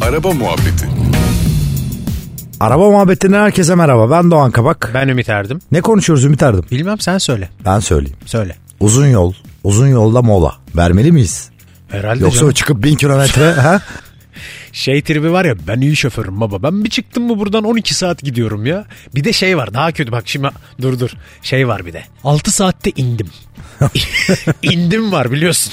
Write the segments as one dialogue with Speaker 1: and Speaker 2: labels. Speaker 1: Araba Muhabbeti
Speaker 2: Araba muhabbetinden herkese merhaba. Ben Doğan Kabak.
Speaker 3: Ben Ümit Erdim.
Speaker 2: Ne konuşuyoruz Ümit Erdim?
Speaker 3: Bilmem sen söyle.
Speaker 2: Ben söyleyeyim.
Speaker 3: Söyle.
Speaker 2: Uzun yol, uzun yolda mola. Vermeli miyiz?
Speaker 3: Herhalde
Speaker 2: Yoksa
Speaker 3: canım.
Speaker 2: çıkıp bin kilometre ha?
Speaker 3: şey tribi var ya ben iyi şoförüm baba. Ben bir çıktım mı buradan 12 saat gidiyorum ya. Bir de şey var daha kötü bak şimdi dur dur. Şey var bir de. 6 saatte indim. indim var biliyorsun.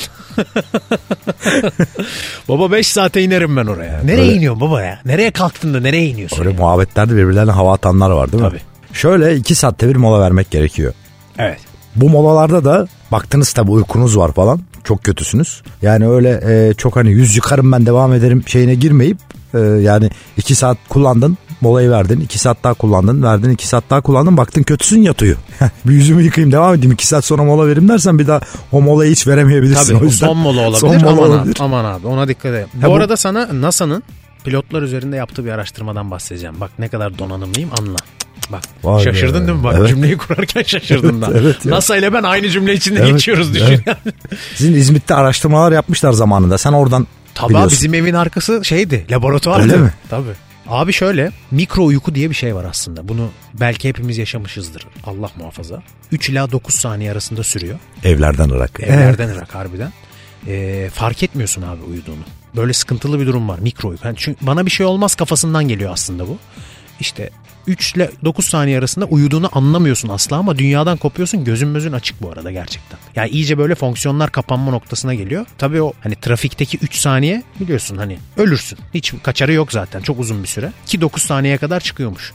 Speaker 3: baba 5 saate inerim ben oraya. Nereye
Speaker 2: öyle.
Speaker 3: iniyorsun baba ya? Nereye kalktın da nereye iniyorsun?
Speaker 2: Böyle muhabbetlerde birbirlerine hava atanlar var değil mi?
Speaker 3: Tabii.
Speaker 2: Şöyle iki saatte bir mola vermek gerekiyor.
Speaker 3: Evet.
Speaker 2: Bu molalarda da baktınız tabii uykunuz var falan. Çok kötüsünüz. Yani öyle e, çok hani yüz yıkarım ben devam ederim şeyine girmeyip e, yani iki saat kullandın molayı verdin. iki saat daha kullandın verdin. iki saat daha kullandın baktın kötüsün yatıyor. bir yüzümü yıkayayım devam edeyim. iki saat sonra mola verim dersen bir daha o molayı hiç veremeyebilirsin.
Speaker 3: Tabii
Speaker 2: o
Speaker 3: o
Speaker 2: yüzden
Speaker 3: son mola olabilir.
Speaker 2: Son mola
Speaker 3: aman,
Speaker 2: olabilir.
Speaker 3: Abi, aman abi ona dikkat edin.
Speaker 2: Ha,
Speaker 3: bu,
Speaker 2: bu-
Speaker 3: arada sana NASA'nın pilotlar üzerinde yaptığı bir araştırmadan bahsedeceğim. Bak ne kadar donanımlıyım anla. Bak
Speaker 2: Vay
Speaker 3: şaşırdın
Speaker 2: be.
Speaker 3: değil mi? Bak
Speaker 2: Evet.
Speaker 3: cümleyi kurarken şaşırdın da.
Speaker 2: evet ya.
Speaker 3: NASA ile ben aynı cümle içinde
Speaker 2: Evet,
Speaker 3: geçiyoruz düşün.
Speaker 2: evet. Sizin İzmit'te araştırmalar yapmışlar zamanında. Sen oradan
Speaker 3: Tabii abi,
Speaker 2: biliyorsun.
Speaker 3: bizim evin arkası şeydi laboratuvardı.
Speaker 2: Öyle mi?
Speaker 3: Tabii. Abi şöyle mikro uyku diye bir şey var aslında. Bunu belki hepimiz yaşamışızdır. Allah muhafaza. 3 ila 9 saniye arasında sürüyor.
Speaker 2: Evlerden Irak.
Speaker 3: Evlerden ırak harbiden. Ee, fark etmiyorsun abi uyuduğunu. Böyle sıkıntılı bir durum var mikro uyku. Yani çünkü bana bir şey olmaz kafasından geliyor aslında bu. İşte 3 ile 9 saniye arasında uyuduğunu anlamıyorsun asla ama dünyadan kopuyorsun gözün mözün açık bu arada gerçekten. Yani iyice böyle fonksiyonlar kapanma noktasına geliyor. Tabii o hani trafikteki 3 saniye biliyorsun hani ölürsün. Hiç kaçarı yok zaten çok uzun bir süre. Ki 9 saniyeye kadar çıkıyormuş.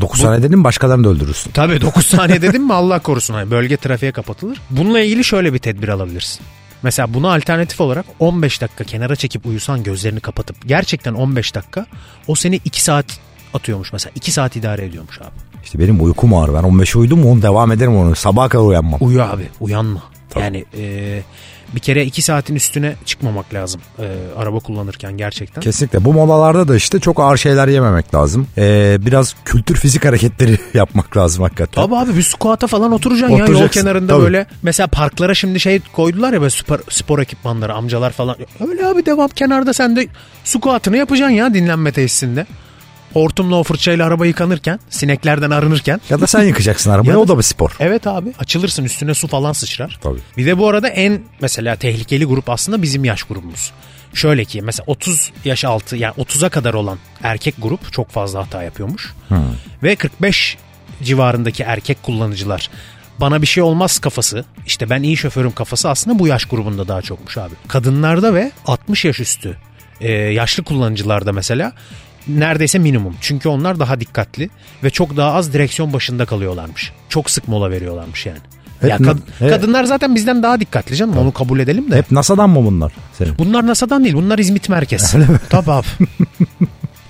Speaker 2: 9 sene dedim başkalarını da öldürürsün.
Speaker 3: Tabii 9 saniye dedim mi Allah korusun. Hani bölge trafiğe kapatılır. Bununla ilgili şöyle bir tedbir alabilirsin. Mesela buna alternatif olarak 15 dakika kenara çekip uyusan gözlerini kapatıp gerçekten 15 dakika o seni 2 saat atıyormuş mesela 2 saat idare ediyormuş abi.
Speaker 2: İşte benim uykum ağır. Ben 15'e uyudum mu onu devam ederim onu. Sabaha kadar uyanmam.
Speaker 3: Uyu abi uyanma. Yani e, bir kere 2 saatin üstüne çıkmamak lazım e, araba kullanırken gerçekten.
Speaker 2: Kesinlikle. Bu molalarda da işte çok ağır şeyler yememek lazım. Ee, biraz kültür fizik hareketleri yapmak lazım hakikaten.
Speaker 3: Tabii abi bir squat'a falan oturacaksın, ya yol
Speaker 2: Oturacaksın,
Speaker 3: kenarında
Speaker 2: tabii.
Speaker 3: böyle. Mesela parklara şimdi şey koydular ya böyle spor, spor ekipmanları amcalar falan. Öyle abi devam kenarda sen de squat'ını yapacaksın ya dinlenme tesisinde. Hortumla o fırçayla araba yıkanırken, sineklerden arınırken.
Speaker 2: Ya da sen yıkacaksın arabayı.
Speaker 3: Ya da-
Speaker 2: o da bir spor.
Speaker 3: Evet abi açılırsın üstüne su falan sıçrar.
Speaker 2: Tabii.
Speaker 3: Bir de bu arada en mesela tehlikeli grup aslında bizim yaş grubumuz. Şöyle ki mesela 30 yaş altı yani 30'a kadar olan erkek grup çok fazla hata yapıyormuş. Ve 45 civarındaki erkek kullanıcılar bana bir şey olmaz kafası işte ben iyi şoförüm kafası aslında bu yaş grubunda daha çokmuş abi. Kadınlarda ve 60 yaş üstü e, yaşlı kullanıcılarda mesela neredeyse minimum. Çünkü onlar daha dikkatli ve çok daha az direksiyon başında kalıyorlarmış. Çok sık mola veriyorlarmış yani.
Speaker 2: Hep
Speaker 3: ya
Speaker 2: na-
Speaker 3: kad-
Speaker 2: he-
Speaker 3: kadınlar zaten bizden daha dikkatli canım onu kabul edelim de.
Speaker 2: Hep NASA'dan mı bunlar? Senin.
Speaker 3: Bunlar NASA'dan değil bunlar İzmit merkez. Tabii abi.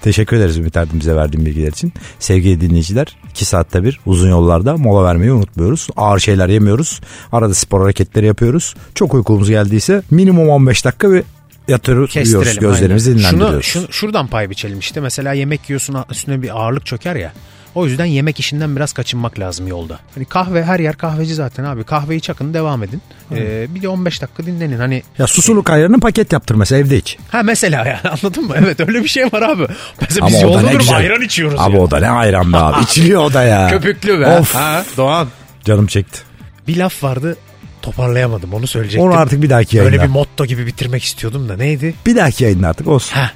Speaker 2: Teşekkür ederiz Ümit Erdem bize verdiğin bilgiler için. Sevgili dinleyiciler 2 saatte bir uzun yollarda mola vermeyi unutmuyoruz. Ağır şeyler yemiyoruz. Arada spor hareketleri yapıyoruz. Çok uykumuz geldiyse minimum 15 dakika bir yatıyoruz.
Speaker 3: Kestirelim.
Speaker 2: Uyuyoruz. Gözlerimizi
Speaker 3: aynen.
Speaker 2: dinlendiriyoruz.
Speaker 3: Şunu, şunu- şuradan pay biçelim işte mesela yemek yiyorsun üstüne bir ağırlık çöker ya. O yüzden yemek işinden biraz kaçınmak lazım yolda. Hani kahve her yer kahveci zaten abi. Kahveyi çakın devam edin. Ee, bir de 15 dakika dinlenin. Hani
Speaker 2: Ya susuluk ayarını paket yaptır mesela evde iç.
Speaker 3: ha mesela yani anladın mı? Evet öyle bir şey var abi. Mesela
Speaker 2: Ama
Speaker 3: biz
Speaker 2: o da
Speaker 3: yolda
Speaker 2: ne
Speaker 3: durup
Speaker 2: güzel.
Speaker 3: ayran içiyoruz.
Speaker 2: Abi
Speaker 3: ya.
Speaker 2: o da ne ayran be abi. İçiliyor o da ya.
Speaker 3: Köpüklü be.
Speaker 2: Of.
Speaker 3: Ha, Doğan.
Speaker 2: Canım çekti.
Speaker 3: Bir laf vardı toparlayamadım onu söyleyecektim.
Speaker 2: Onu artık bir dahaki yayında.
Speaker 3: Öyle bir motto gibi bitirmek istiyordum da neydi?
Speaker 2: Bir dahaki yayında artık olsun.
Speaker 3: Ha.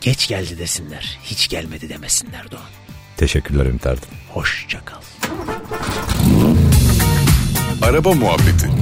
Speaker 3: Geç geldi desinler. Hiç gelmedi demesinler Doğan.
Speaker 2: Teşekkürler Ümit Erdem.
Speaker 3: Hoşça kal.
Speaker 1: Araba Muhabbeti